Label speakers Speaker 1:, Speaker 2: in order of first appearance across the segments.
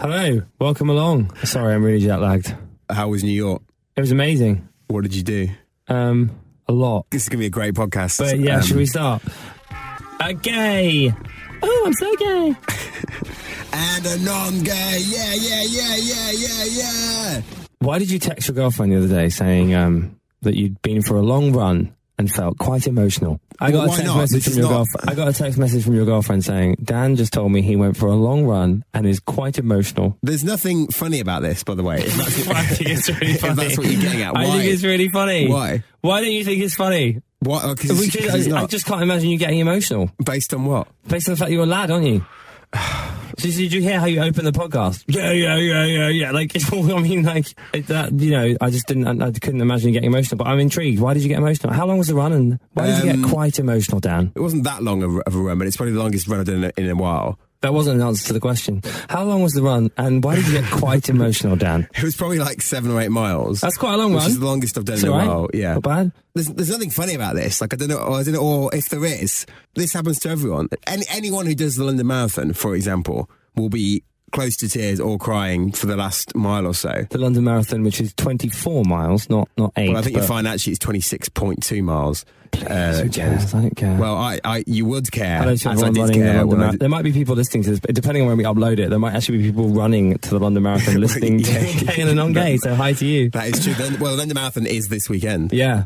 Speaker 1: Hello, welcome along. Sorry, I'm really jet lagged.
Speaker 2: How was New York?
Speaker 1: It was amazing.
Speaker 2: What did you do?
Speaker 1: Um, a lot.
Speaker 2: This is going to be a great podcast.
Speaker 1: But yeah,
Speaker 2: Um,
Speaker 1: should we start? A gay. Oh, I'm so gay.
Speaker 2: And a non-gay. Yeah, yeah, yeah, yeah, yeah, yeah.
Speaker 1: Why did you text your girlfriend the other day saying um, that you'd been for a long run and felt quite emotional? I
Speaker 2: Well,
Speaker 1: got
Speaker 2: why
Speaker 1: a text
Speaker 2: not?
Speaker 1: message
Speaker 2: This
Speaker 1: from
Speaker 2: is
Speaker 1: your
Speaker 2: not-
Speaker 1: girlfriend. I got a text message from your girlfriend saying Dan just told me he went for a long run and is quite emotional.
Speaker 2: There's nothing funny about this, by the way. If that's what,
Speaker 1: I think it's really
Speaker 2: if
Speaker 1: funny.
Speaker 2: that's what you're getting at, why?
Speaker 1: I think it's really funny.
Speaker 2: Why?
Speaker 1: Why don't you think it's funny?
Speaker 2: What? oh, 'cause
Speaker 1: We
Speaker 2: it's,
Speaker 1: just-
Speaker 2: 'cause it's
Speaker 1: I, I
Speaker 2: not.
Speaker 1: just can't imagine you getting emotional
Speaker 2: Based on what?
Speaker 1: based on the fact you're a lad, aren't you? So did you hear how you open the podcast? Yeah, yeah, yeah, yeah, yeah. Like, it's all, I mean, like it, that. You know, I just didn't. I, I couldn't imagine you getting emotional. But I'm intrigued. Why did you get emotional? How long was the run, and why did you
Speaker 2: Um,
Speaker 1: get quite emotional, Dan?
Speaker 2: It wasn't that long of a- of a run, but it's probably the longest run I've done in a, in a while.
Speaker 1: That wasn't an answer to the question. How long was the run, and why did you get quite emotional, Dan?
Speaker 2: It was probably like seven or eight miles.
Speaker 1: That's quite a long
Speaker 2: which
Speaker 1: run.
Speaker 2: is the longest I've done
Speaker 1: It's
Speaker 2: in a
Speaker 1: all right.
Speaker 2: while. Yeah.
Speaker 1: Not bad.
Speaker 2: There's, there's nothing funny about this. Like I don't know, or I don't know, or if there is, this happens to everyone. Any, anyone who does the London Marathon, for example, will be close to tears or crying for the last mile or so.
Speaker 1: The London Marathon, which is 24 miles, not not eight.
Speaker 2: Well, I think
Speaker 1: but
Speaker 2: you'll find actually it's 26.2 miles.
Speaker 1: Who
Speaker 2: uh,
Speaker 1: cares? I don't care.
Speaker 2: Well, I, I, you would care.
Speaker 1: I don't see
Speaker 2: as I
Speaker 1: everyone
Speaker 2: did
Speaker 1: running the
Speaker 2: care
Speaker 1: London
Speaker 2: when I
Speaker 1: Marathon.
Speaker 2: did-
Speaker 1: There might be people listening to this, but depending on when we upload it, there might actually be people running to the London Marathon listening to
Speaker 2: yeah.
Speaker 1: gay and a non-gay. So hi to you.
Speaker 2: That is true. Then, well, the London Marathon is this weekend.
Speaker 1: Yeah.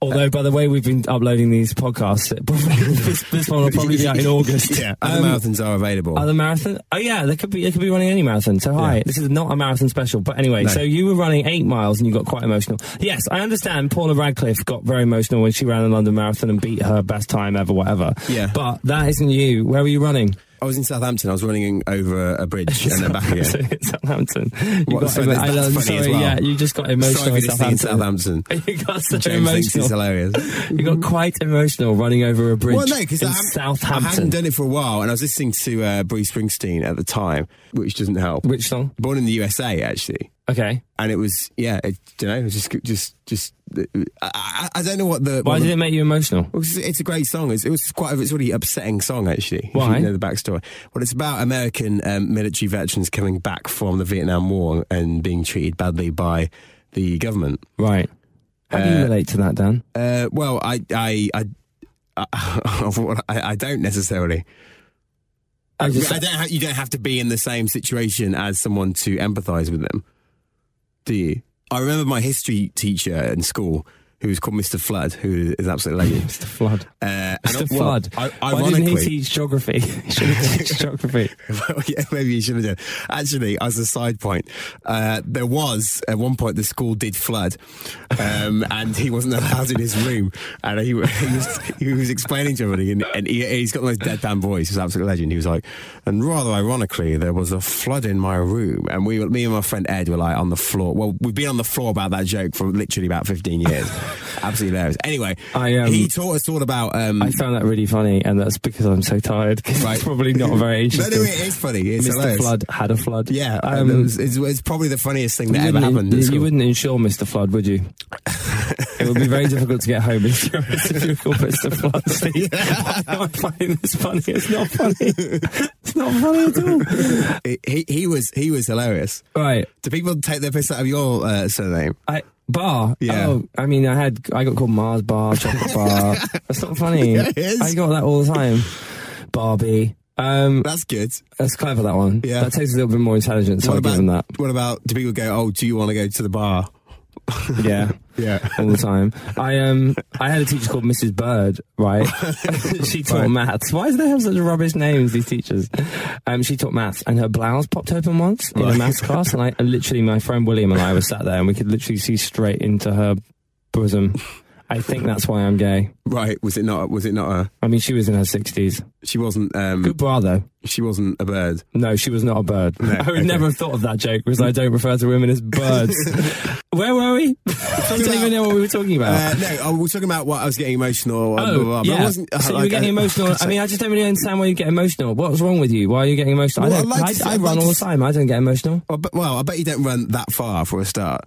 Speaker 1: Although, by the way, we've been uploading these podcasts. it probably- this, this one will probably be out in August.
Speaker 2: Yeah, other
Speaker 1: Um,
Speaker 2: marathons are available.
Speaker 1: Other marathon? Oh yeah, there could be. It could be running any marathon. So hi, this is not a marathon special. But anyway,
Speaker 2: No.
Speaker 1: so you were running eight miles and you got quite emotional. Yes, I understand. Paula Radcliffe got very emotional when she ran the London Marathon and beat her best time ever, whatever.
Speaker 2: Yeah.
Speaker 1: But that isn't you. Where were you running?
Speaker 2: I was in Southampton. I was running over a bridge and then back
Speaker 1: So
Speaker 2: again.
Speaker 1: it's Southampton. You
Speaker 2: What, so
Speaker 1: emo-
Speaker 2: that's
Speaker 1: I know, I'm
Speaker 2: funny as
Speaker 1: sorry,
Speaker 2: well.
Speaker 1: yeah, you just got emotional
Speaker 2: Sorry
Speaker 1: in
Speaker 2: for this thing in
Speaker 1: Southampton.
Speaker 2: Southampton.
Speaker 1: You got so
Speaker 2: James thinks it's
Speaker 1: emotional.
Speaker 2: hilarious.
Speaker 1: You got quite emotional running over a bridge
Speaker 2: Well, no, because
Speaker 1: in
Speaker 2: I, haven't- I hadn't
Speaker 1: Southampton.
Speaker 2: done it for a while, and I was listening to uh, Bruce Springsteen at the time, which doesn't help.
Speaker 1: Which song?
Speaker 2: Born in the USA, actually,
Speaker 1: Okay.
Speaker 2: and it was yeah, it, you know, it was just just just I, I, I don't know what the
Speaker 1: Why
Speaker 2: what
Speaker 1: did
Speaker 2: the-
Speaker 1: it make you emotional?
Speaker 2: Well, it's- It's a great song. It's, it was quite. A, it's a really upsetting song, actually. if
Speaker 1: Why?
Speaker 2: you know the backstory. Well, it's about American um, military veterans coming back from the Vietnam War and being treated badly by the government.
Speaker 1: Right. How do you relate to that, Dan?
Speaker 2: Uh, well, I, I, I, I, I don't necessarily.
Speaker 1: I just-
Speaker 2: I don't ha- you don't have to be in the same situation as someone to empathise with them, do you? I remember my history teacher in school, who was called Mr. Flood, who is an absolute legend.
Speaker 1: Mr. Flood.
Speaker 2: Uh, and
Speaker 1: Mr.
Speaker 2: well,
Speaker 1: Flood.
Speaker 2: I,
Speaker 1: Why didn't he
Speaker 2: ironically-
Speaker 1: teach geography? he should have teach geography.
Speaker 2: well, yeah, maybe you should have done. Actually, as a side point, uh, there was at one point the school did flood, um, and he wasn't allowed in his room, and he, he, was, he was explaining to everybody, and, and he, he's got the most deadpan voice. He's an absolute legend. He was like, and rather ironically, there was a flood in my room, and we, were- me and my friend Ed, were like on the floor. Well, we've been on the floor about that joke for literally about fifteen years. Absolutely hilarious. Anyway,
Speaker 1: I, um,
Speaker 2: he taught us all about. Um,
Speaker 1: I found that really funny, and that's because I'm so tired. 'cause
Speaker 2: Right.
Speaker 1: It's probably not very
Speaker 2: no,
Speaker 1: interesting.
Speaker 2: no, it is funny. It's
Speaker 1: Mr.
Speaker 2: hilarious.
Speaker 1: Flood had a flood.
Speaker 2: Yeah,
Speaker 1: Um,
Speaker 2: um, it's, it's, it's probably the funniest thing that
Speaker 1: you
Speaker 2: ever
Speaker 1: wouldn't-
Speaker 2: happened. at
Speaker 1: You,
Speaker 2: school.
Speaker 1: wouldn't insure Mr. Flood, would you? it would be very difficult to get home if you were called Mr. Flood. Steve. I'm not finding this funny. It's not funny. It's not funny at all.
Speaker 2: He- he, he was he was hilarious.
Speaker 1: Right.
Speaker 2: Do people take their piss out of your uh, surname?
Speaker 1: I bar.
Speaker 2: Yeah.
Speaker 1: Oh, I mean, I had I got called Mars bar, chocolate bar. That's not funny.
Speaker 2: Yeah, it is.
Speaker 1: I got that all the time. Barbie. Um,
Speaker 2: That's good.
Speaker 1: that's clever, that one.
Speaker 2: Yeah.
Speaker 1: That takes a little bit more intelligence. So
Speaker 2: what
Speaker 1: I'll
Speaker 2: about
Speaker 1: give them that.
Speaker 2: what about do people go? Oh, do you want to go to the bar?
Speaker 1: Yeah.
Speaker 2: Yeah.
Speaker 1: all the time. I um I had a teacher called Mrs. Bird, right? she taught
Speaker 2: Right.
Speaker 1: maths. Why do they have such rubbish names, these teachers? Um she taught maths and her blouse popped open once in a maths class and I and literally my friend William and I were sat there and we could literally see straight into her bosom. I think that's why I'm gay.
Speaker 2: Right. Was it not? Was it not a?
Speaker 1: I mean she was in her sixties.
Speaker 2: She wasn't. Um,
Speaker 1: Good bra though.
Speaker 2: she wasn't a bird.
Speaker 1: No, she was not a bird. I would
Speaker 2: okay.
Speaker 1: never have thought of that joke because I don't refer to women as birds. Where were we? I don't even know what we were talking about.
Speaker 2: Uh, no, I was talking about what I was getting emotional. uh, blah, blah, blah, but
Speaker 1: Oh, yeah.
Speaker 2: I wasn't.
Speaker 1: so you
Speaker 2: like, uh,
Speaker 1: were getting
Speaker 2: I-
Speaker 1: emotional. I mean, I just don't really understand why you get emotional. What's wrong with you? Why are you getting emotional?
Speaker 2: Well,
Speaker 1: I, don't,
Speaker 2: I'd
Speaker 1: I,
Speaker 2: like to-
Speaker 1: I
Speaker 2: I'd
Speaker 1: run
Speaker 2: like
Speaker 1: all the
Speaker 2: to-
Speaker 1: time. I don't get emotional.
Speaker 2: I bet- Well, I bet you don't run that far for a start.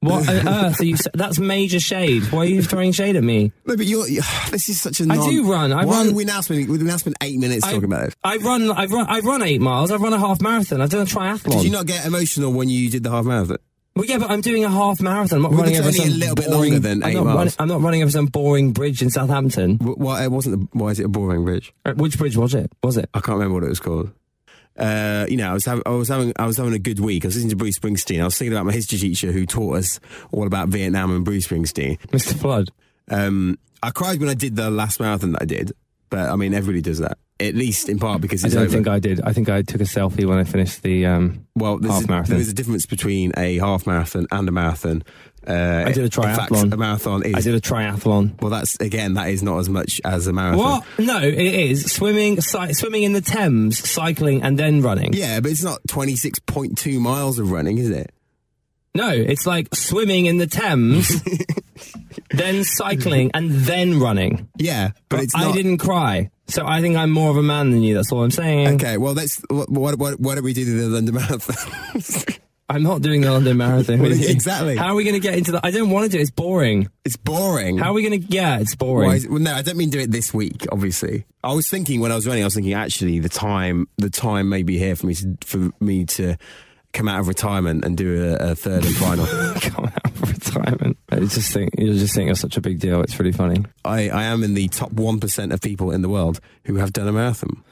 Speaker 1: What on earth are you? s- That's major shade. Why are you throwing shade at me?
Speaker 2: No, but you're. This is such a.
Speaker 1: I
Speaker 2: non-
Speaker 1: do run, I
Speaker 2: Why
Speaker 1: run-
Speaker 2: Are we now spending. We've now spent eight minutes talking about this.
Speaker 1: I run. I run. I run eight miles. I run a half marathon. I've done a triathlon.
Speaker 2: Did you not get emotional when you did the half marathon?
Speaker 1: Well, yeah, but I'm doing a half marathon. I'm not
Speaker 2: Well,
Speaker 1: running
Speaker 2: it's
Speaker 1: over
Speaker 2: only
Speaker 1: some
Speaker 2: a little bit
Speaker 1: boring,
Speaker 2: longer than eight
Speaker 1: I'm not,
Speaker 2: miles.
Speaker 1: I'm not running over some boring bridge in Southampton.
Speaker 2: Wh- Why? It wasn't. The, why is it a boring bridge?
Speaker 1: Uh, Which bridge was it? Was it?
Speaker 2: I can't remember what it was called. Uh, you know, I was, having, I was having I was having a good week. I was listening to Bruce Springsteen. I was thinking about my history teacher who taught us all about Vietnam and Bruce Springsteen.
Speaker 1: Mr. Flood.
Speaker 2: Um, I cried when I did the last marathon that I did, but I mean, everybody does that. At least in part because
Speaker 1: I
Speaker 2: it's
Speaker 1: don't
Speaker 2: over.
Speaker 1: think I did. I think I took a selfie when I finished the. Um,
Speaker 2: well, there's
Speaker 1: half
Speaker 2: a,
Speaker 1: marathon.
Speaker 2: There's a difference between a half marathon and a marathon. Uh,
Speaker 1: I did a
Speaker 2: In fact,
Speaker 1: triathlon.
Speaker 2: a marathon is
Speaker 1: I did a triathlon.
Speaker 2: well. That's again, that is not as much as a marathon.
Speaker 1: What? No, it is swimming, cy- swimming in the Thames, cycling, and then running.
Speaker 2: Yeah, but it's not twenty six point two miles of running, is it?
Speaker 1: No, it's like swimming in the Thames, then cycling, and then running.
Speaker 2: Yeah, but, it's
Speaker 1: I
Speaker 2: not.
Speaker 1: didn't cry, so I think I'm more of a man than you. That's all I'm saying.
Speaker 2: Okay, well, that's what. What? Why don't we do the London Marathon?
Speaker 1: I'm not doing the London Marathon.
Speaker 2: Well,
Speaker 1: with you.
Speaker 2: exactly.
Speaker 1: How are we going to get into that? I don't want to do it. It's boring.
Speaker 2: it's boring.
Speaker 1: How are we going to? Yeah, it's boring.
Speaker 2: Why is- well, no, I don't mean do it this week. Obviously, I was thinking when I was running, I was thinking actually the time, the time may be here for me to for me to come out of retirement and do a, a third and final.
Speaker 1: Come out of retirement. I just think you just think you're such a big deal. It's really funny.
Speaker 2: I, I am in the top one percent of people in the world who have done a marathon.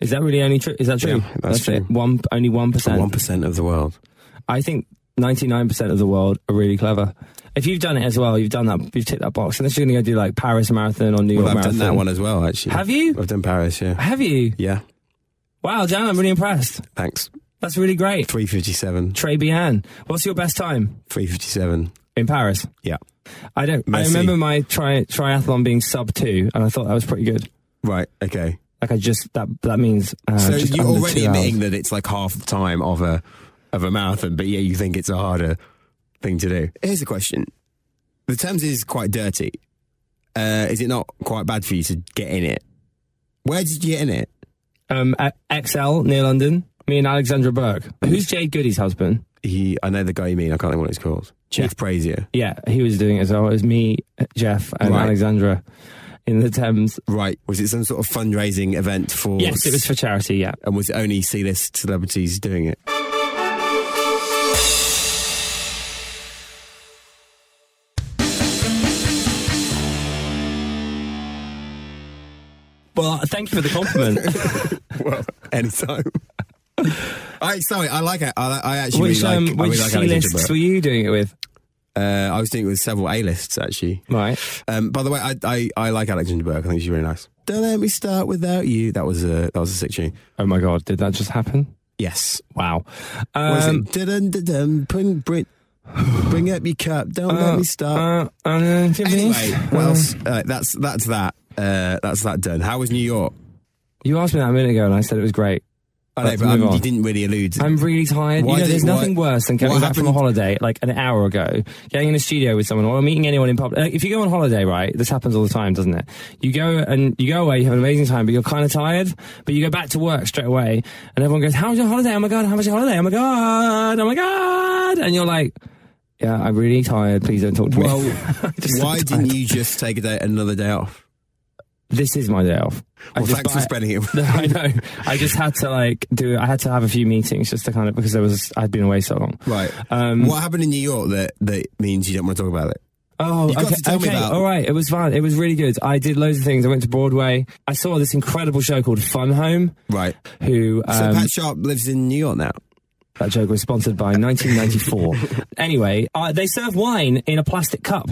Speaker 1: Is that really only true? Is that true?
Speaker 2: Yeah, that's
Speaker 1: it. One only one percent.
Speaker 2: One percent of the world.
Speaker 1: I think 99% of the world are really clever. If you've done it as well, you've done that, you've ticked that box, unless you're going to go do like Paris Marathon or New
Speaker 2: Well,
Speaker 1: York
Speaker 2: I've
Speaker 1: Marathon.
Speaker 2: done that one as well. Actually,
Speaker 1: Have you?
Speaker 2: I've done Paris. Yeah,
Speaker 1: Have you?
Speaker 2: yeah.
Speaker 1: Wow, Dan, I'm really impressed.
Speaker 2: Thanks.
Speaker 1: That's really great.
Speaker 2: Three fifty-seven.
Speaker 1: Trey Bihan, what's your best time
Speaker 2: Three fifty-seven.
Speaker 1: in Paris?
Speaker 2: Yeah.
Speaker 1: I don't. I
Speaker 2: Messy.
Speaker 1: remember my tri- triathlon being sub two, and I thought that was pretty good.
Speaker 2: Right. Okay.
Speaker 1: Like I just that that means. Uh,
Speaker 2: So
Speaker 1: just
Speaker 2: you're
Speaker 1: under
Speaker 2: already
Speaker 1: two hours.
Speaker 2: admitting that it's like half the time of a of a marathon, but yeah, you think it's a harder thing to do. Here's a question: The Thames is quite dirty. Uh, is it not quite bad for you to get in it? Where did you get in it?
Speaker 1: um, at XL near London. Me and Alexandra Burke. Who's Jade Goody's husband?
Speaker 2: He, I know the guy you mean. I can't think what it's called. Jeff Brazier.
Speaker 1: Yeah, he was doing it as well. It was me, Jeff, and
Speaker 2: Right.
Speaker 1: Alexandra in the Thames.
Speaker 2: Right. Was it some sort of fundraising event for?
Speaker 1: Yes, it was for charity. Yeah.
Speaker 2: And was it only C-list celebrities doing it?
Speaker 1: Well, thank you for the compliment.
Speaker 2: Well, anytime. I sorry. I like it. I, I actually
Speaker 1: which
Speaker 2: really
Speaker 1: um,
Speaker 2: like. I
Speaker 1: which
Speaker 2: really like
Speaker 1: C
Speaker 2: Alexandra
Speaker 1: lists
Speaker 2: Burke.
Speaker 1: were you doing it with?
Speaker 2: Uh, I was doing it with several A-lists actually.
Speaker 1: Right.
Speaker 2: Um, by the way, I, I, I like Alexander Burke. I think she's really nice. Don't let me start without you. That was a that was a sick tune.
Speaker 1: Oh my god, did that just happen?
Speaker 2: Yes.
Speaker 1: Wow.
Speaker 2: What is
Speaker 1: Um,
Speaker 2: it? Dun, dun, dun, bring, bring, bring up your cup. Don't let me start.
Speaker 1: uh, uh, do you have
Speaker 2: anyway,
Speaker 1: these?
Speaker 2: what
Speaker 1: Uh,
Speaker 2: else? Uh, that's that's that. Uh, that's that done. How was New York?
Speaker 1: You asked me that a minute ago, and I said it was great.
Speaker 2: I know,
Speaker 1: Let's
Speaker 2: but um,
Speaker 1: move on.
Speaker 2: you didn't really allude. To,
Speaker 1: I'm really tired.
Speaker 2: Why
Speaker 1: you know,
Speaker 2: did-
Speaker 1: there's nothing
Speaker 2: why-
Speaker 1: worse than coming
Speaker 2: what
Speaker 1: back from a
Speaker 2: happened-
Speaker 1: holiday like an hour ago, getting in a studio with someone or meeting anyone in public. Like, if you go on holiday, right, this happens all the time, doesn't it? You go and you go away, you have an amazing time, but you're kind of tired. But you go back to work straight away, and everyone goes, "How was your holiday? Oh my god, how was your holiday? Oh my god, oh my god!" And you're like, "Yeah, I'm really tired. Please don't talk to
Speaker 2: well,
Speaker 1: me." Just
Speaker 2: why
Speaker 1: so
Speaker 2: didn't
Speaker 1: tired.
Speaker 2: you just take a day, another day off?
Speaker 1: This is my day off. I
Speaker 2: Well,
Speaker 1: just
Speaker 2: thanks for
Speaker 1: buy-
Speaker 2: spreading it.
Speaker 1: No, I know. I just had to like do. I had to have a few meetings just to kind of because there was I'd been away so long.
Speaker 2: Right.
Speaker 1: Um,
Speaker 2: what happened in New York that that means you don't want to talk about it?
Speaker 1: Oh,
Speaker 2: You've got
Speaker 1: okay,
Speaker 2: to tell me
Speaker 1: okay,
Speaker 2: that.
Speaker 1: All right, it was fun. It was really good. I did loads of things. I went to Broadway. I saw this incredible show called Fun Home.
Speaker 2: Right.
Speaker 1: Who
Speaker 2: So
Speaker 1: um,
Speaker 2: Pat Sharp lives in New York now.
Speaker 1: that joke was sponsored by 1994. anyway, uh, they serve wine in a plastic cup.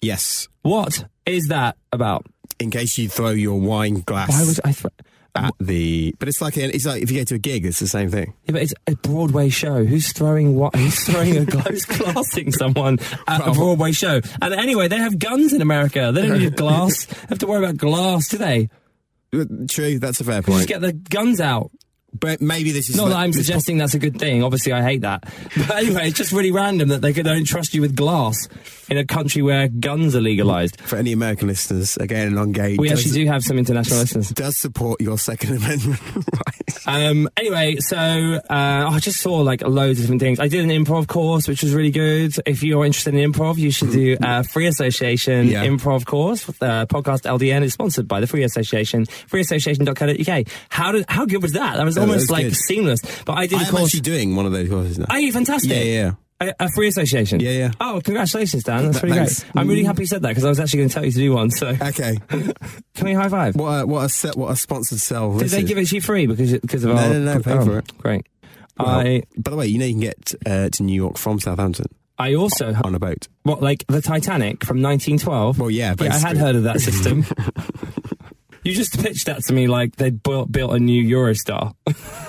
Speaker 2: Yes.
Speaker 1: What is that about?
Speaker 2: In case you throw your wine glass
Speaker 1: Why would I? Th-
Speaker 2: at the. But it's like it's like if you go to a gig, it's the same thing.
Speaker 1: yeah, but it's a Broadway show. Who's throwing what? Who's throwing a glass glassing someone at a Broadway show? And anyway, they have guns in America. They don't need glass. They have to worry about glass, do they?
Speaker 2: True, that's a fair
Speaker 1: Just
Speaker 2: point.
Speaker 1: get the guns out.
Speaker 2: But maybe this is
Speaker 1: Not that I'm
Speaker 2: this-
Speaker 1: suggesting that's a good thing. Obviously, I hate that. But anyway, it's just really random that they could don't trust you with glass in a country where guns are legalized.
Speaker 2: for any American listeners. Again, and on gay,
Speaker 1: We
Speaker 2: does,
Speaker 1: actually do have some international listeners.
Speaker 2: does support your Second Amendment rights.
Speaker 1: Um, anyway, so uh, I just saw like loads of different things. I did an improv course, which was really good. If you're interested in improv, you should do a Free Association
Speaker 2: Yeah.
Speaker 1: improv course. Uh, podcast LDN is sponsored by the Free Association. Freeassociation.co.uk. How did how good was that? That was
Speaker 2: Yeah, that
Speaker 1: almost
Speaker 2: was
Speaker 1: like
Speaker 2: good.
Speaker 1: seamless. But I did a
Speaker 2: I'm
Speaker 1: course.
Speaker 2: actually doing one of those courses now.
Speaker 1: Are you fantastic?
Speaker 2: Yeah, yeah,
Speaker 1: A, a free association.
Speaker 2: Yeah, yeah.
Speaker 1: Oh, congratulations, Dan. That's
Speaker 2: Th-
Speaker 1: pretty
Speaker 2: thanks.
Speaker 1: great. I'm really happy you said that because I was actually going to tell you to do one. So,
Speaker 2: Okay.
Speaker 1: can we high five?
Speaker 2: What a, what a set, what a sponsored sell.
Speaker 1: Did they give it to you free because because of
Speaker 2: No,
Speaker 1: our?
Speaker 2: no, no, pay
Speaker 1: oh,
Speaker 2: for it.
Speaker 1: Great. I
Speaker 2: By the way, you know you can get uh, to New York from Southampton
Speaker 1: I also
Speaker 2: on a boat.
Speaker 1: what like the Titanic from 1912.
Speaker 2: Well, yeah,
Speaker 1: yeah, I had
Speaker 2: basically.
Speaker 1: heard of that system. you just pitched that to me like they built built a new Eurostar.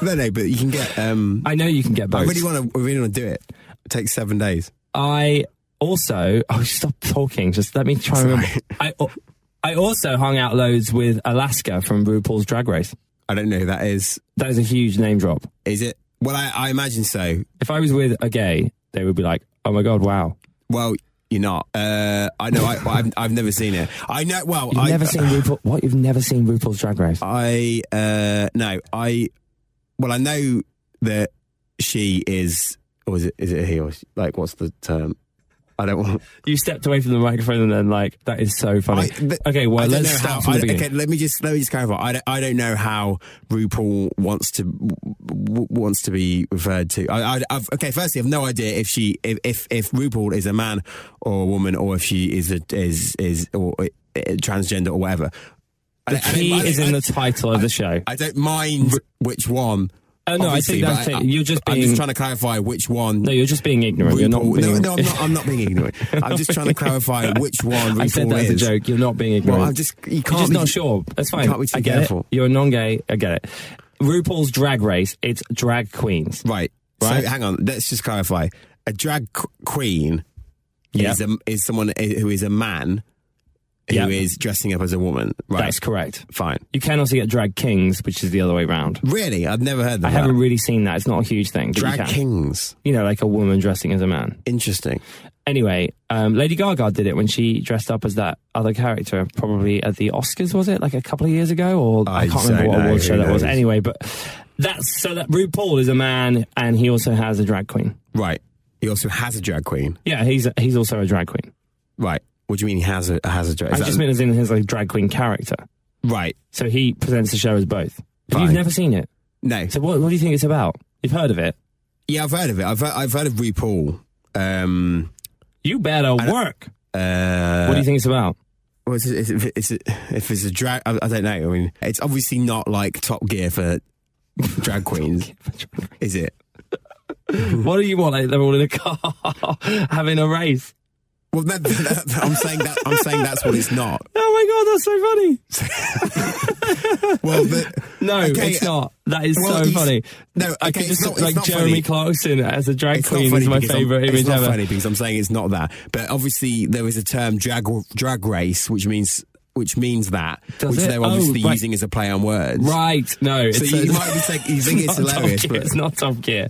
Speaker 2: No, no, but you can get. Um,
Speaker 1: I know you can get
Speaker 2: I
Speaker 1: both.
Speaker 2: really want to. Really want to do it. It takes seven days.
Speaker 1: I also oh stop talking. Just let me try and remember. I I also hung out loads with Alaska from RuPaul's Drag Race.
Speaker 2: I don't know who that is.
Speaker 1: That is a huge name drop.
Speaker 2: Is it? Well, I, I imagine so.
Speaker 1: If I was with a gay, they would be like, "Oh my god, wow."
Speaker 2: Well, you're not. Uh, I know. I, I've, I've never seen it. I know. Well,
Speaker 1: You've
Speaker 2: I,
Speaker 1: never seen RuPaul. What? You've never seen RuPaul's Drag Race?
Speaker 2: I uh, no. I well, I know that she is, or is it? Is it he? Or she, like, what's the term? I don't want.
Speaker 1: You stepped away from the microphone and then like, that is so funny.
Speaker 2: I- th-
Speaker 1: okay, well,
Speaker 2: I don't
Speaker 1: let's
Speaker 2: know
Speaker 1: start
Speaker 2: how,
Speaker 1: from the
Speaker 2: I don't-
Speaker 1: beginning.
Speaker 2: okay, let me just let me just clarify. I don't, I don't know how RuPaul wants to w- w- wants to be referred to. I, I, I've, okay, firstly, I've no idea if she if, if if RuPaul is a man or a woman or if she is a is is or uh, transgender or whatever.
Speaker 1: The key is in the title of the show.
Speaker 2: I don't mind which one.
Speaker 1: Oh, no, I
Speaker 2: obviously,
Speaker 1: think
Speaker 2: but
Speaker 1: that's it. You're just
Speaker 2: I'm just
Speaker 1: being-
Speaker 2: trying to clarify which one.
Speaker 1: no, you're just being ignorant. You're not.
Speaker 2: RuPaul-
Speaker 1: Being,
Speaker 2: no, no, I'm not. I'm not being ignorant. I'm just trying to clarify which one RuPaul
Speaker 1: I said that
Speaker 2: is.
Speaker 1: as a joke. You're not being ignorant.
Speaker 2: Well, I'm just. You can't.
Speaker 1: You're just
Speaker 2: be-
Speaker 1: not sure. That's fine.
Speaker 2: can't be too
Speaker 1: I get
Speaker 2: careful.
Speaker 1: it. You're non-gay. I get it. RuPaul's Drag Race. It's drag queens.
Speaker 2: Right.
Speaker 1: Right.
Speaker 2: So hang on. Let's just clarify. A drag qu- queen
Speaker 1: Yeah.
Speaker 2: is a, is someone i- who is a man who is
Speaker 1: Yeah.
Speaker 2: dressing up as a woman. Right.
Speaker 1: That's correct.
Speaker 2: Fine.
Speaker 1: You can also get drag kings, which is the other way round.
Speaker 2: Really, I've never heard that.
Speaker 1: I haven't really seen that. It's not a huge thing. but you
Speaker 2: drag
Speaker 1: can.
Speaker 2: kings.
Speaker 1: You know, like a woman dressing as a man.
Speaker 2: Interesting.
Speaker 1: Anyway, um, Lady Gaga did it when she dressed up as that other character, probably at the Oscars, was it? Like a couple of years ago? Or I,
Speaker 2: I
Speaker 1: can't
Speaker 2: don't
Speaker 1: remember what
Speaker 2: know.
Speaker 1: award show
Speaker 2: Who
Speaker 1: that was.
Speaker 2: knows?
Speaker 1: Anyway, but that's so that RuPaul is a man and he also has a drag queen.
Speaker 2: Right. He also has a drag queen.
Speaker 1: Yeah, he's he's also a drag queen.
Speaker 2: Right. What do you mean he has a has a drag?
Speaker 1: I just mean as in his like drag queen character.
Speaker 2: right.
Speaker 1: So he presents the show as both. If you've
Speaker 2: Fine.
Speaker 1: never seen it,
Speaker 2: No.
Speaker 1: so what, what do you think it's about? You've heard of it.
Speaker 2: Yeah, I've heard of it. I've heard, I've heard of RuPaul. Um,
Speaker 1: You better work.
Speaker 2: uh,
Speaker 1: what do you think it's about?
Speaker 2: Well, it's, it's, it's, if it's a drag, I, I don't know. I mean, it's obviously not like Top Gear for drag queens, is it?
Speaker 1: what do you want? Like they're all in a car having a race.
Speaker 2: Well, that, that- that- I'm saying that I'm saying that's what it's not.
Speaker 1: Oh my god, that's so funny.
Speaker 2: Well, but,
Speaker 1: No,
Speaker 2: Okay,
Speaker 1: it's not. That is
Speaker 2: well,
Speaker 1: so
Speaker 2: you-
Speaker 1: funny.
Speaker 2: no,
Speaker 1: I
Speaker 2: okay,
Speaker 1: could just
Speaker 2: it's not-
Speaker 1: like
Speaker 2: it's not
Speaker 1: Jeremy
Speaker 2: funny.
Speaker 1: Clarkson as a drag
Speaker 2: it's not
Speaker 1: queen
Speaker 2: funny
Speaker 1: is my
Speaker 2: because I'm-
Speaker 1: favorite
Speaker 2: it's
Speaker 1: image
Speaker 2: not
Speaker 1: ever.
Speaker 2: funny because I'm saying it's not that. But obviously, there is a term drag drag race, which means which means that,
Speaker 1: Does
Speaker 2: which
Speaker 1: it?
Speaker 2: they're
Speaker 1: Oh,
Speaker 2: obviously
Speaker 1: right.
Speaker 2: using as a play on words.
Speaker 1: Right? No,
Speaker 2: So
Speaker 1: it's
Speaker 2: you
Speaker 1: it's-
Speaker 2: might be thinking- you think it's
Speaker 1: not Top
Speaker 2: hilarious,
Speaker 1: Gear,
Speaker 2: but-
Speaker 1: it's not Top Gear.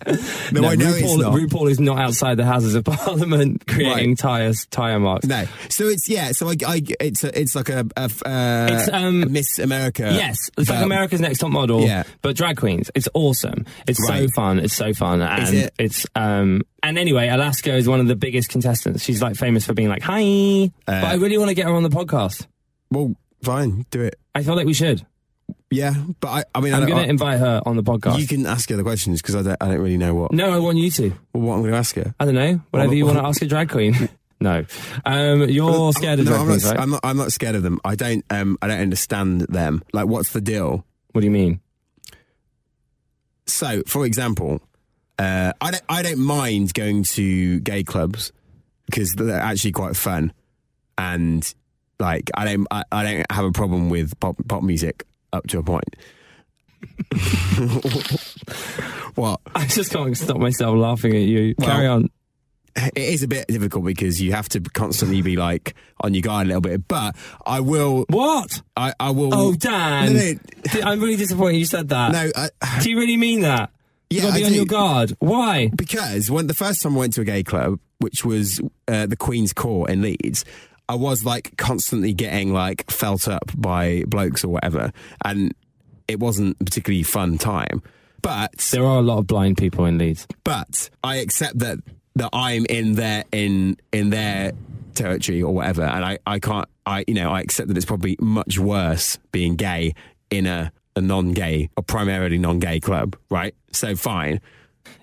Speaker 2: No, I know
Speaker 1: RuPaul,
Speaker 2: it's not.
Speaker 1: RuPaul is not outside the Houses of Parliament creating
Speaker 2: Right.
Speaker 1: tires tire marks.
Speaker 2: No, so it's yeah, so I, I it's a, it's like a, a f- uh,
Speaker 1: It's, um,
Speaker 2: Miss America.
Speaker 1: Yes, it's like
Speaker 2: Uh, but-
Speaker 1: America's Next Top Model,
Speaker 2: Yeah.
Speaker 1: but drag queens. It's awesome. It's so
Speaker 2: Right.
Speaker 1: fun. It's so fun, and
Speaker 2: it?
Speaker 1: it's um. And anyway, Alaska is one of the biggest contestants. She's like famous for being like
Speaker 2: Uh,
Speaker 1: hi, but I really want to get her on the podcast.
Speaker 2: Well, fine, do it.
Speaker 1: I feel like we should.
Speaker 2: Yeah, but I, I mean, I
Speaker 1: I'm
Speaker 2: don't-
Speaker 1: going
Speaker 2: I-
Speaker 1: to invite her on the podcast.
Speaker 2: You can ask her the questions
Speaker 1: Mm.
Speaker 2: because I don't, I don't really know what
Speaker 1: no, I want you to.
Speaker 2: what I'm going to ask her.
Speaker 1: I don't know. Whatever
Speaker 2: Well,
Speaker 1: you want to
Speaker 2: well-
Speaker 1: ask a drag queen. No. Um, you're scared of
Speaker 2: no, I'm
Speaker 1: dragons,
Speaker 2: not,
Speaker 1: right?
Speaker 2: I'm, not, I'm not scared of them. I don't. Um, I don't understand them. Like, what's the deal?
Speaker 1: What do you mean?
Speaker 2: So, for example, uh, I don't. I don't mind going to gay clubs because they're actually quite fun, and like I don't. I, I don't have a problem with pop pop music up to a point. what?
Speaker 1: I just can't stop myself laughing at you.
Speaker 2: Well-
Speaker 1: Carry on.
Speaker 2: it is a bit difficult because you have to constantly be like on your guard a little bit. But I will,
Speaker 1: What?
Speaker 2: I, I will.
Speaker 1: Oh, Dan.
Speaker 2: No, no,
Speaker 1: D- I'm really disappointed you said that.
Speaker 2: no I,
Speaker 1: Do you really mean that?
Speaker 2: Yeah,
Speaker 1: you gotta be
Speaker 2: I
Speaker 1: on
Speaker 2: do.
Speaker 1: your guard. Why?
Speaker 2: because when the first time I went to a gay club, which was uh, the Queen's Court in Leeds. I was like constantly getting like felt up by blokes or whatever, and it wasn't a particularly fun time. But
Speaker 1: There are a lot of blind people in Leeds.
Speaker 2: but I accept that that I'm in their in in their territory or whatever, and I I can't I you know I accept that it's probably much worse being gay in a a non-gay or primarily non-gay club, right? So fine.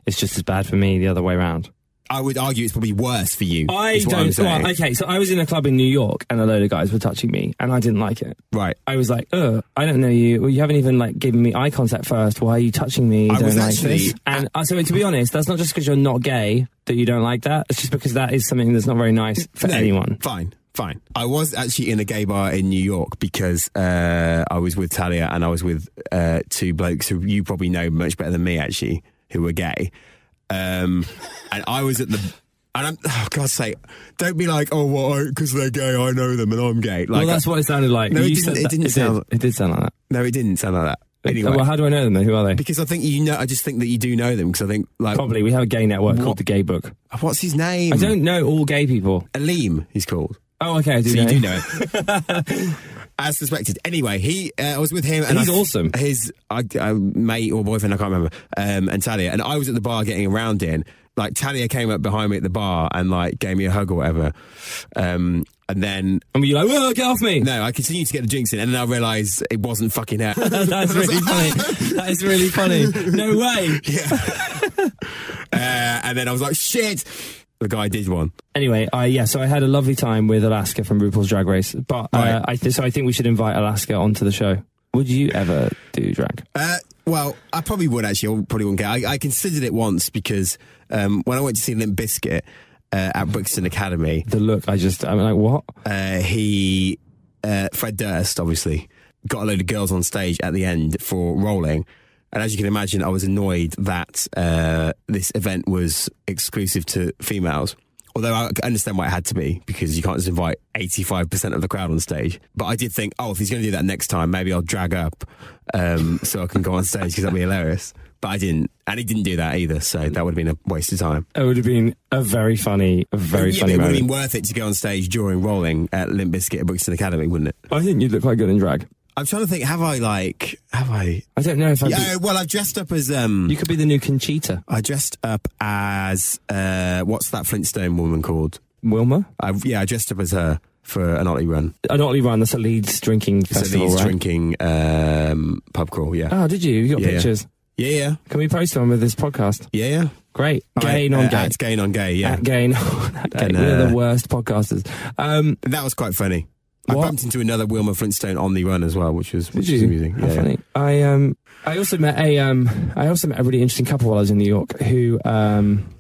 Speaker 1: It's just as bad for me the other way around.
Speaker 2: I would argue it's probably worse for you.
Speaker 1: I
Speaker 2: is what I'm
Speaker 1: don't.
Speaker 2: saying.
Speaker 1: Well, okay, so I was in a club in New York and a load of guys were touching me and I didn't like it.
Speaker 2: right.
Speaker 1: I was like, "Ugh, I don't know you. Well, you haven't even like given me eye contact first. Why are you touching me? You
Speaker 2: I
Speaker 1: don't
Speaker 2: was
Speaker 1: like
Speaker 2: actually-
Speaker 1: this." And uh, so, to be honest, that's not just because you're not gay that you don't like that. It's just because that is something that's not very nice for
Speaker 2: No,
Speaker 1: anyone.
Speaker 2: Fine, fine. I was actually in a gay bar in New York because uh, I was with Talia and I was with uh, two blokes who you probably know much better than me, actually, who were gay. Um, and I was at the. And I'm, oh, God's sake, don't be like, oh, well, because they're gay, I know them and I'm gay. Like,
Speaker 1: well, that's what it sounded like.
Speaker 2: No, it
Speaker 1: You
Speaker 2: didn't-
Speaker 1: said
Speaker 2: it
Speaker 1: that-
Speaker 2: didn't sound-
Speaker 1: Did, it did sound like that.
Speaker 2: no, it didn't sound like that. Anyway,
Speaker 1: Well, how do I know them? though? Who are they?
Speaker 2: because I think you know, I just think that you do know them because I think, like,
Speaker 1: Probably we have a gay network
Speaker 2: What?
Speaker 1: called the Gay Book.
Speaker 2: what's his name?
Speaker 1: I don't know all gay people.
Speaker 2: Aleem, he's called.
Speaker 1: Oh, okay, I do
Speaker 2: So
Speaker 1: know.
Speaker 2: you do know it. As suspected. Anyway, he uh, I was with him, and
Speaker 1: He's
Speaker 2: I-
Speaker 1: awesome.
Speaker 2: His I, I, mate or boyfriend, I can't remember, um, and Talia, and I was at the bar getting around in. Like Talia came up behind me at the bar and like gave me a hug or whatever, um, and then
Speaker 1: And were you like, "Whoa, get off me"?
Speaker 2: no, I continued to get the drinks in, and then I realised it wasn't fucking her.
Speaker 1: That's really funny. That is really funny. No way.
Speaker 2: uh, and then I was like, shit. The guy did one.
Speaker 1: Anyway, I yeah, so I had a lovely time with Alaska from RuPaul's Drag Race, but
Speaker 2: Right.
Speaker 1: uh, I th- so I think we should invite Alaska onto the show. Would you ever do drag?
Speaker 2: Uh, well, I probably would actually. I probably wouldn't care. I, I considered it once because um, when I went to see Limp Biscuit uh, at Brixton Academy,
Speaker 1: The look, I just, I'm like, what?
Speaker 2: uh, he, uh, Fred Durst, obviously, got a load of girls on stage at the end for rolling. And as you can imagine, I was annoyed that uh, this event was exclusive to females. Although I understand why it had to be, because you can't just invite 85% of the crowd on stage. But I did think, oh, if he's going to do that next time, maybe I'll drag up um, so I can go on stage because that'd be hilarious. But I didn't. And he didn't do that either. So that would have been a waste of time.
Speaker 1: It would have been a very funny, a very
Speaker 2: yeah, but
Speaker 1: funny
Speaker 2: it would have
Speaker 1: moment.
Speaker 2: been worth it to go on stage during rolling at Limp Bizkit at Brixton Academy, wouldn't it?
Speaker 1: I think you'd look quite good in drag.
Speaker 2: I'm trying to think. Have I like? Have I?
Speaker 1: I don't know if I'd
Speaker 2: Yeah. Well, I've dressed up as um.
Speaker 1: be, you could be the new Conchita.
Speaker 2: I dressed up as uh. What's that Flintstone woman called?
Speaker 1: Wilma?
Speaker 2: I, yeah, I dressed up as her for an Ollie run.
Speaker 1: An Otley Run, that's a Leeds drinking
Speaker 2: So
Speaker 1: festival,
Speaker 2: these
Speaker 1: right?
Speaker 2: drinking um pub crawl. Yeah.
Speaker 1: Oh, did you? You got
Speaker 2: Yeah, yeah.
Speaker 1: pictures.
Speaker 2: yeah. Yeah.
Speaker 1: Can we post one with this podcast?
Speaker 2: Yeah. Yeah.
Speaker 1: Great.
Speaker 2: Alright,
Speaker 1: Gay, non-gay.
Speaker 2: Uh, it's gay on gay. Yeah.
Speaker 1: At gay, non-
Speaker 2: And,
Speaker 1: We're
Speaker 2: uh,
Speaker 1: the worst podcasters. Um,
Speaker 2: that was quite funny. I
Speaker 1: What?
Speaker 2: bumped into another Wilma Flintstone on the run as well, which was
Speaker 1: Did
Speaker 2: which was
Speaker 1: you?
Speaker 2: amusing.
Speaker 1: How
Speaker 2: Yeah, yeah.
Speaker 1: funny. I um I also met a um I also met a really interesting couple while I was in New York who um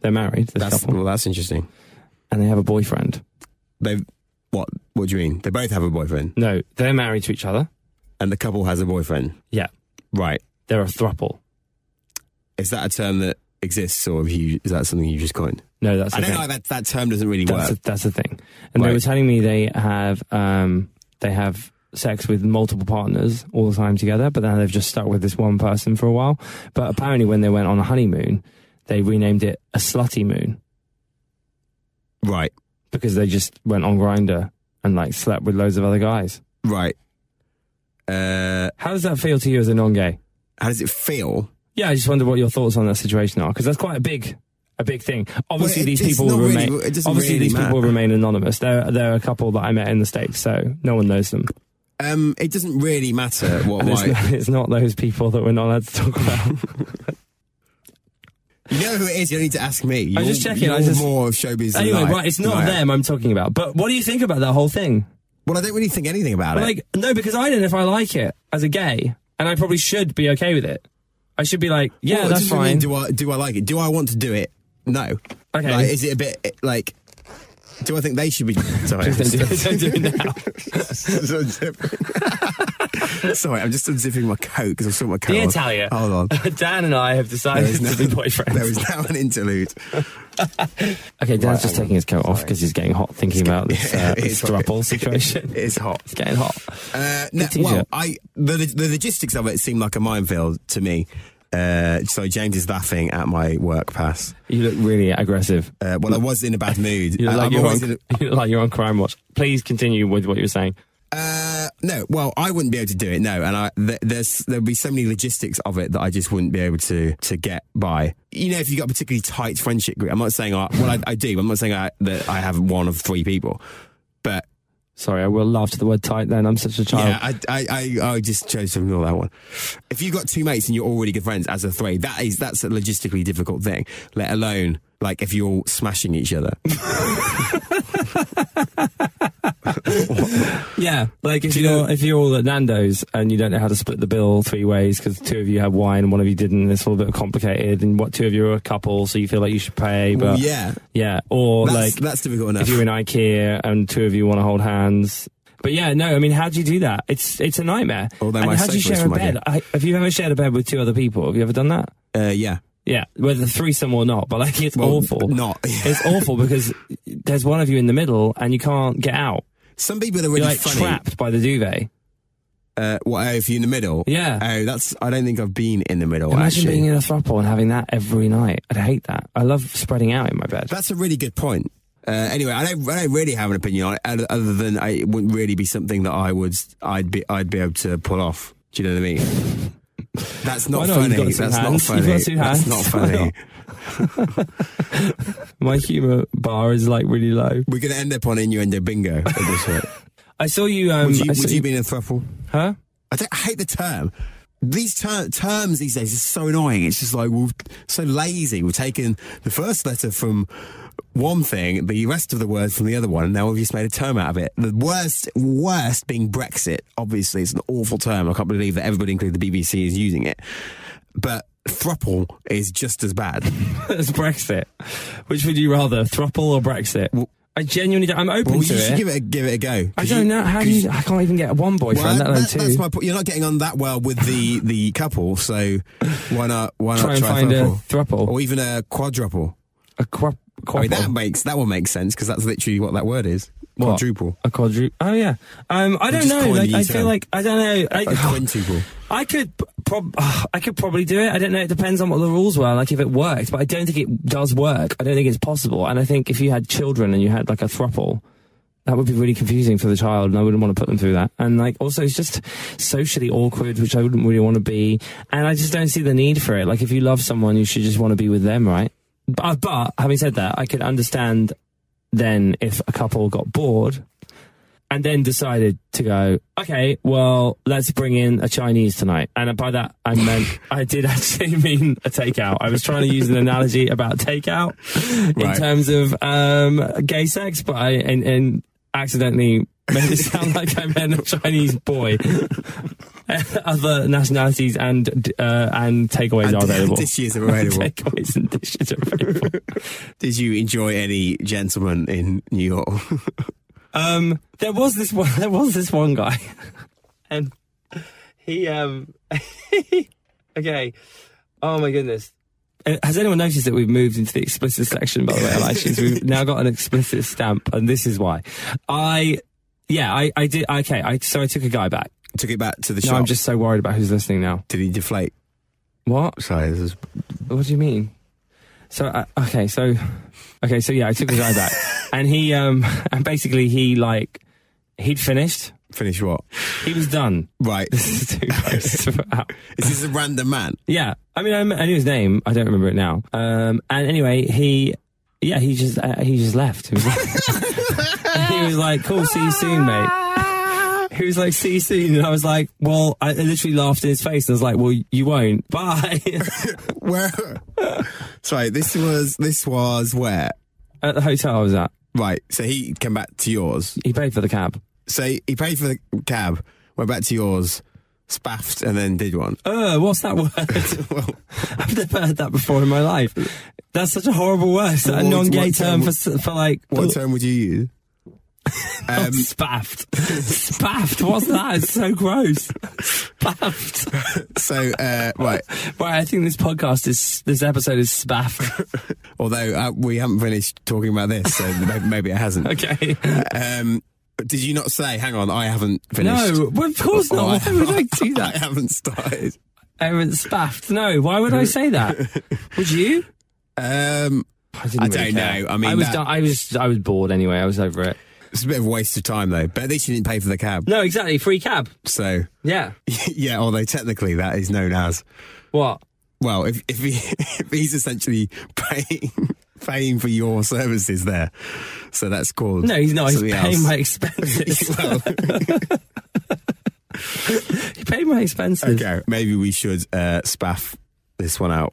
Speaker 1: they're married, this
Speaker 2: That's
Speaker 1: couple,
Speaker 2: well, that's interesting.
Speaker 1: and they have a boyfriend.
Speaker 2: They what? What do you mean? They both have a boyfriend,
Speaker 1: No, they're married to each other.
Speaker 2: and the couple has a boyfriend.
Speaker 1: Yeah.
Speaker 2: Right.
Speaker 1: They're a thruple.
Speaker 2: Is that a term that exists, or have you, is that something you just coined?
Speaker 1: No, that's
Speaker 2: I don't
Speaker 1: okay.
Speaker 2: know. That that term doesn't really
Speaker 1: that's
Speaker 2: work.
Speaker 1: a, that's the thing. And they
Speaker 2: Right.
Speaker 1: were telling me they have um they have sex with multiple partners all the time together, but now they've just stuck with this one person for a while. But apparently when they went on a honeymoon, they renamed it a slutty moon.
Speaker 2: right,
Speaker 1: because they just went on grinder and like slept with loads of other guys.
Speaker 2: right. Uh,
Speaker 1: How does that feel to you as a non-gay?
Speaker 2: how does it feel?
Speaker 1: Yeah, I just wonder what your thoughts on that situation are because that's quite a big, a big thing. Obviously,
Speaker 2: Well, it-
Speaker 1: these
Speaker 2: it's
Speaker 1: people
Speaker 2: not
Speaker 1: will
Speaker 2: really-
Speaker 1: remain.
Speaker 2: it doesn't
Speaker 1: obviously,
Speaker 2: really
Speaker 1: these people
Speaker 2: matter.
Speaker 1: remain anonymous. They're they're a couple that I met in the states, so no one knows them.
Speaker 2: Um, it doesn't really matter what
Speaker 1: And it's,
Speaker 2: my.
Speaker 1: not, it's not those people that we're not allowed to talk about.
Speaker 2: You know who it is. You don't need to ask me. You're,
Speaker 1: was just checking, I
Speaker 2: You're
Speaker 1: was just-
Speaker 2: more of showbiz. than
Speaker 1: Anyway,
Speaker 2: I-
Speaker 1: right, it's
Speaker 2: than
Speaker 1: not
Speaker 2: I am.
Speaker 1: them I'm talking about. But what do you think about that whole thing?
Speaker 2: Well, I don't really think anything about it.
Speaker 1: Like, no, because I don't know if I like it as a gay, and I probably should be okay with it. I should be like, yeah,
Speaker 2: Well, it
Speaker 1: that's
Speaker 2: doesn't mean
Speaker 1: fine.
Speaker 2: Do I do I like it? Do I want to do it? No.
Speaker 1: Okay.
Speaker 2: Like, is it a bit like? Do I think they should be? Sorry, I'm
Speaker 1: Don't
Speaker 2: just-
Speaker 1: do it- don't do it now.
Speaker 2: just unzipping- Sorry, I'm just unzipping my coat because I saw my coat.
Speaker 1: Dear
Speaker 2: on.
Speaker 1: Talia,
Speaker 2: Hold on.
Speaker 1: Dan and I have
Speaker 2: There
Speaker 1: decided
Speaker 2: is
Speaker 1: to be boyfriends.
Speaker 2: there is now an interlude.
Speaker 1: Okay, Dan's just taking his coat off because he's getting hot thinking about this uh,
Speaker 2: It is hot.
Speaker 1: strapple situation.
Speaker 2: It's hot.
Speaker 1: It's getting hot.
Speaker 2: Uh, no,
Speaker 1: Continue.
Speaker 2: well, I the, the logistics of it seemed like a minefield to me. Uh, so James is laughing at my work pass.
Speaker 1: You look really aggressive.
Speaker 2: Uh, well, I was in a bad mood.
Speaker 1: You look,
Speaker 2: I-
Speaker 1: like
Speaker 2: I'm
Speaker 1: you're on,
Speaker 2: always in a-
Speaker 1: you look like you're on Crime Watch. Please continue with what you were saying.
Speaker 2: Uh, no, well, I wouldn't be able to do it. No, and I th- there's there'd be so many logistics of it that I just wouldn't be able to to get by. You know, if you have got a particularly tight friendship group, I'm not saying I well, I, I do. I'm not saying I, that I have one of three people, but
Speaker 1: Sorry, I will laugh at the word tight then. I'm such a child.
Speaker 2: yeah, I, I I I just chose to ignore that one. If you've got two mates and you're already good friends as a three, that is that's a logistically difficult thing. Let alone like if you're all smashing each other.
Speaker 1: Yeah, like if you're if you're all at Nando's and you don't know how to split the bill three ways because two of you had wine and one of you didn't, it's all a bit complicated. And what two of you are a couple, so you feel like you should pay. But
Speaker 2: Well, yeah,
Speaker 1: yeah, or
Speaker 2: that's,
Speaker 1: like
Speaker 2: that's difficult enough.
Speaker 1: if you're in IKEA and two of you want to hold hands. But yeah, no, I mean, how do you do that? It's it's a nightmare.
Speaker 2: Although
Speaker 1: and
Speaker 2: my
Speaker 1: how do you
Speaker 2: socialist
Speaker 1: share a
Speaker 2: from
Speaker 1: bed?
Speaker 2: IKEA.
Speaker 1: I, have you ever shared a bed with two other people? Have you ever done that?
Speaker 2: uh, yeah,
Speaker 1: Yeah, whether threesome or not, but like it's
Speaker 2: Well,
Speaker 1: awful.
Speaker 2: not.
Speaker 1: it's awful because there's one of you in the middle and you can't get out.
Speaker 2: some people are really
Speaker 1: You're like
Speaker 2: funny.
Speaker 1: trapped by the duvet.
Speaker 2: Uh, what, oh, if you're in the middle?
Speaker 1: Yeah.
Speaker 2: Oh, that's, I don't think I've been in the middle,
Speaker 1: Imagine
Speaker 2: actually.
Speaker 1: being in a throuple and having that every night. I'd hate that. I love spreading out in my bed.
Speaker 2: that's a really good point. Uh, anyway, I don't, I don't really have an opinion on it, other other than I, it wouldn't really be something that I would, I'd be, I'd be able to pull off. Do you know what I mean? That's not,
Speaker 1: Why not?
Speaker 2: funny.
Speaker 1: You've got two
Speaker 2: That's not
Speaker 1: hands.
Speaker 2: funny.
Speaker 1: You've got two hands.
Speaker 2: That's not
Speaker 1: Why
Speaker 2: funny.
Speaker 1: not? my humor bar is like really low.
Speaker 2: We're going to end up on innuendo bingo at this rate.
Speaker 1: I saw you. Um,
Speaker 2: Would you,
Speaker 1: I saw
Speaker 2: would you be in a thruple?
Speaker 1: huh?
Speaker 2: I, don't, I hate the term. These ter- terms these days is so annoying. It's just like we're so lazy. We've taken the first letter from one thing, the rest of the word from the other one, and now we've just made a term out of it. The worst, worst being Brexit. Obviously, it's an awful term. I can't believe that everybody, including the BBC, is using it. But thruple is just as bad.
Speaker 1: It's Brexit. Which would you rather, throuple or Brexit? I genuinely. Don't, I'm open
Speaker 2: well, you
Speaker 1: to
Speaker 2: should
Speaker 1: it.
Speaker 2: give it a, give it a go.
Speaker 1: I don't know how do you. I can't even get one boyfriend.
Speaker 2: Well,
Speaker 1: let alone
Speaker 2: that-
Speaker 1: two.
Speaker 2: that's my point. You're not getting on that well with the, the couple, so why not why
Speaker 1: Try
Speaker 2: not
Speaker 1: and
Speaker 2: try
Speaker 1: find a
Speaker 2: thruple?
Speaker 1: thruple.
Speaker 2: or even a quadruple?
Speaker 1: a quap,
Speaker 2: I mean,
Speaker 1: quapple.
Speaker 2: that makes that one makes sense because that's literally what that word is.
Speaker 1: What?
Speaker 2: Quadruple.
Speaker 1: A quadruple. Oh yeah. Um, I don't
Speaker 2: just
Speaker 1: know.
Speaker 2: coined a
Speaker 1: Like,
Speaker 2: new
Speaker 1: I feel
Speaker 2: term.
Speaker 1: like I don't know. I,
Speaker 2: A quintuple.
Speaker 1: I could, p- prob- ugh, I could probably do it. I don't know. It depends on what the rules were. Like if it worked, but I don't think it does work. I don't think it's possible. And I think if you had children and you had like a throuple, that would be really confusing for the child, and I wouldn't want to put them through that. And like also, it's just socially awkward, which I wouldn't really want to be. And I just don't see the need for it. Like if you love someone, you should just want to be with them, right? But, but having said that, I could understand then if a couple got bored and then decided to go, okay, well, let's bring in a Chinese tonight. And by that, I meant, I did actually mean a takeout. I was trying to use an analogy about takeout in
Speaker 2: Right.
Speaker 1: terms of um, gay sex, but I and, and accidentally made it sound like I meant a Chinese boy. Other nationalities and uh, and takeaways are available.
Speaker 2: Dishes are available.
Speaker 1: Takeaways and dishes are available.
Speaker 2: Did you enjoy any gentlemen in New York?
Speaker 1: Um, there was this one. There was this one guy, and he um, okay. Oh my goodness. Uh, Has anyone noticed that we've moved into the explicit section? By the way, on iTunes, we've now got an explicit stamp, and this is why. I, yeah, I, I did. Okay, I so I took a guy back.
Speaker 2: Took it back to the
Speaker 1: No,
Speaker 2: shop.
Speaker 1: I'm just so worried about who's listening now.
Speaker 2: Did he deflate?
Speaker 1: What?
Speaker 2: Sorry, this is
Speaker 1: What do you mean? So I okay, so okay, so yeah, I took the guy back, and he um, and basically he like he'd finished.
Speaker 2: finish what?
Speaker 1: He was done.
Speaker 2: Right. is
Speaker 1: This is too gross to put out.
Speaker 2: this a random man?
Speaker 1: Yeah, I mean, I, rem- I knew his name. I don't remember it now. Um, and anyway, he, yeah, he just uh, he just left. He was, like, he was like, "Cool, see you soon, mate." He was like, see you soon. And I was like, well, I literally laughed in his face. And I was like, well, you won't. Bye.
Speaker 2: Where? Sorry, this was this was where?
Speaker 1: at the hotel I was at.
Speaker 2: Right. So he came back to yours.
Speaker 1: He paid for the cab.
Speaker 2: So he paid for the cab, went back to yours, spaffed, and then did one.
Speaker 1: Uh, what's that word?
Speaker 2: Well,
Speaker 1: I've never heard that before in my life. That's such a horrible word. It's
Speaker 2: What
Speaker 1: a
Speaker 2: would-
Speaker 1: non-gay
Speaker 2: what
Speaker 1: term
Speaker 2: term
Speaker 1: for s- for like
Speaker 2: what term would you use?
Speaker 1: Oh, spaffed. spaffed. What's that? It's so gross. Spaffed.
Speaker 2: So uh, right.
Speaker 1: Right, I think this podcast is this episode is spaffed.
Speaker 2: Although uh, we haven't finished talking about this, so maybe, maybe it hasn't.
Speaker 1: Okay.
Speaker 2: Um, did you not say? Hang on, I haven't finished.
Speaker 1: No, well, of course
Speaker 2: Oh,
Speaker 1: not. Why would I do
Speaker 2: I
Speaker 1: that?
Speaker 2: haven't started.
Speaker 1: I haven't spaffed. No, why would I say that? Would you?
Speaker 2: Um,
Speaker 1: didn't
Speaker 2: I
Speaker 1: care.
Speaker 2: don't know. I mean,
Speaker 1: I was,
Speaker 2: that-
Speaker 1: done- I was, I was bored anyway. I was over it.
Speaker 2: it's a bit of a waste of time though. But at least you didn't pay for the cab.
Speaker 1: No, exactly. Free cab.
Speaker 2: So
Speaker 1: Yeah.
Speaker 2: yeah, although technically that is known as
Speaker 1: What?
Speaker 2: well, if if, he, if he's essentially paying paying for your services there, so that's called
Speaker 1: No, he's not. He's
Speaker 2: something
Speaker 1: paying
Speaker 2: else.
Speaker 1: my expenses.
Speaker 2: Well,
Speaker 1: he paid my expenses.
Speaker 2: okay, maybe we should uh, spaff this one out.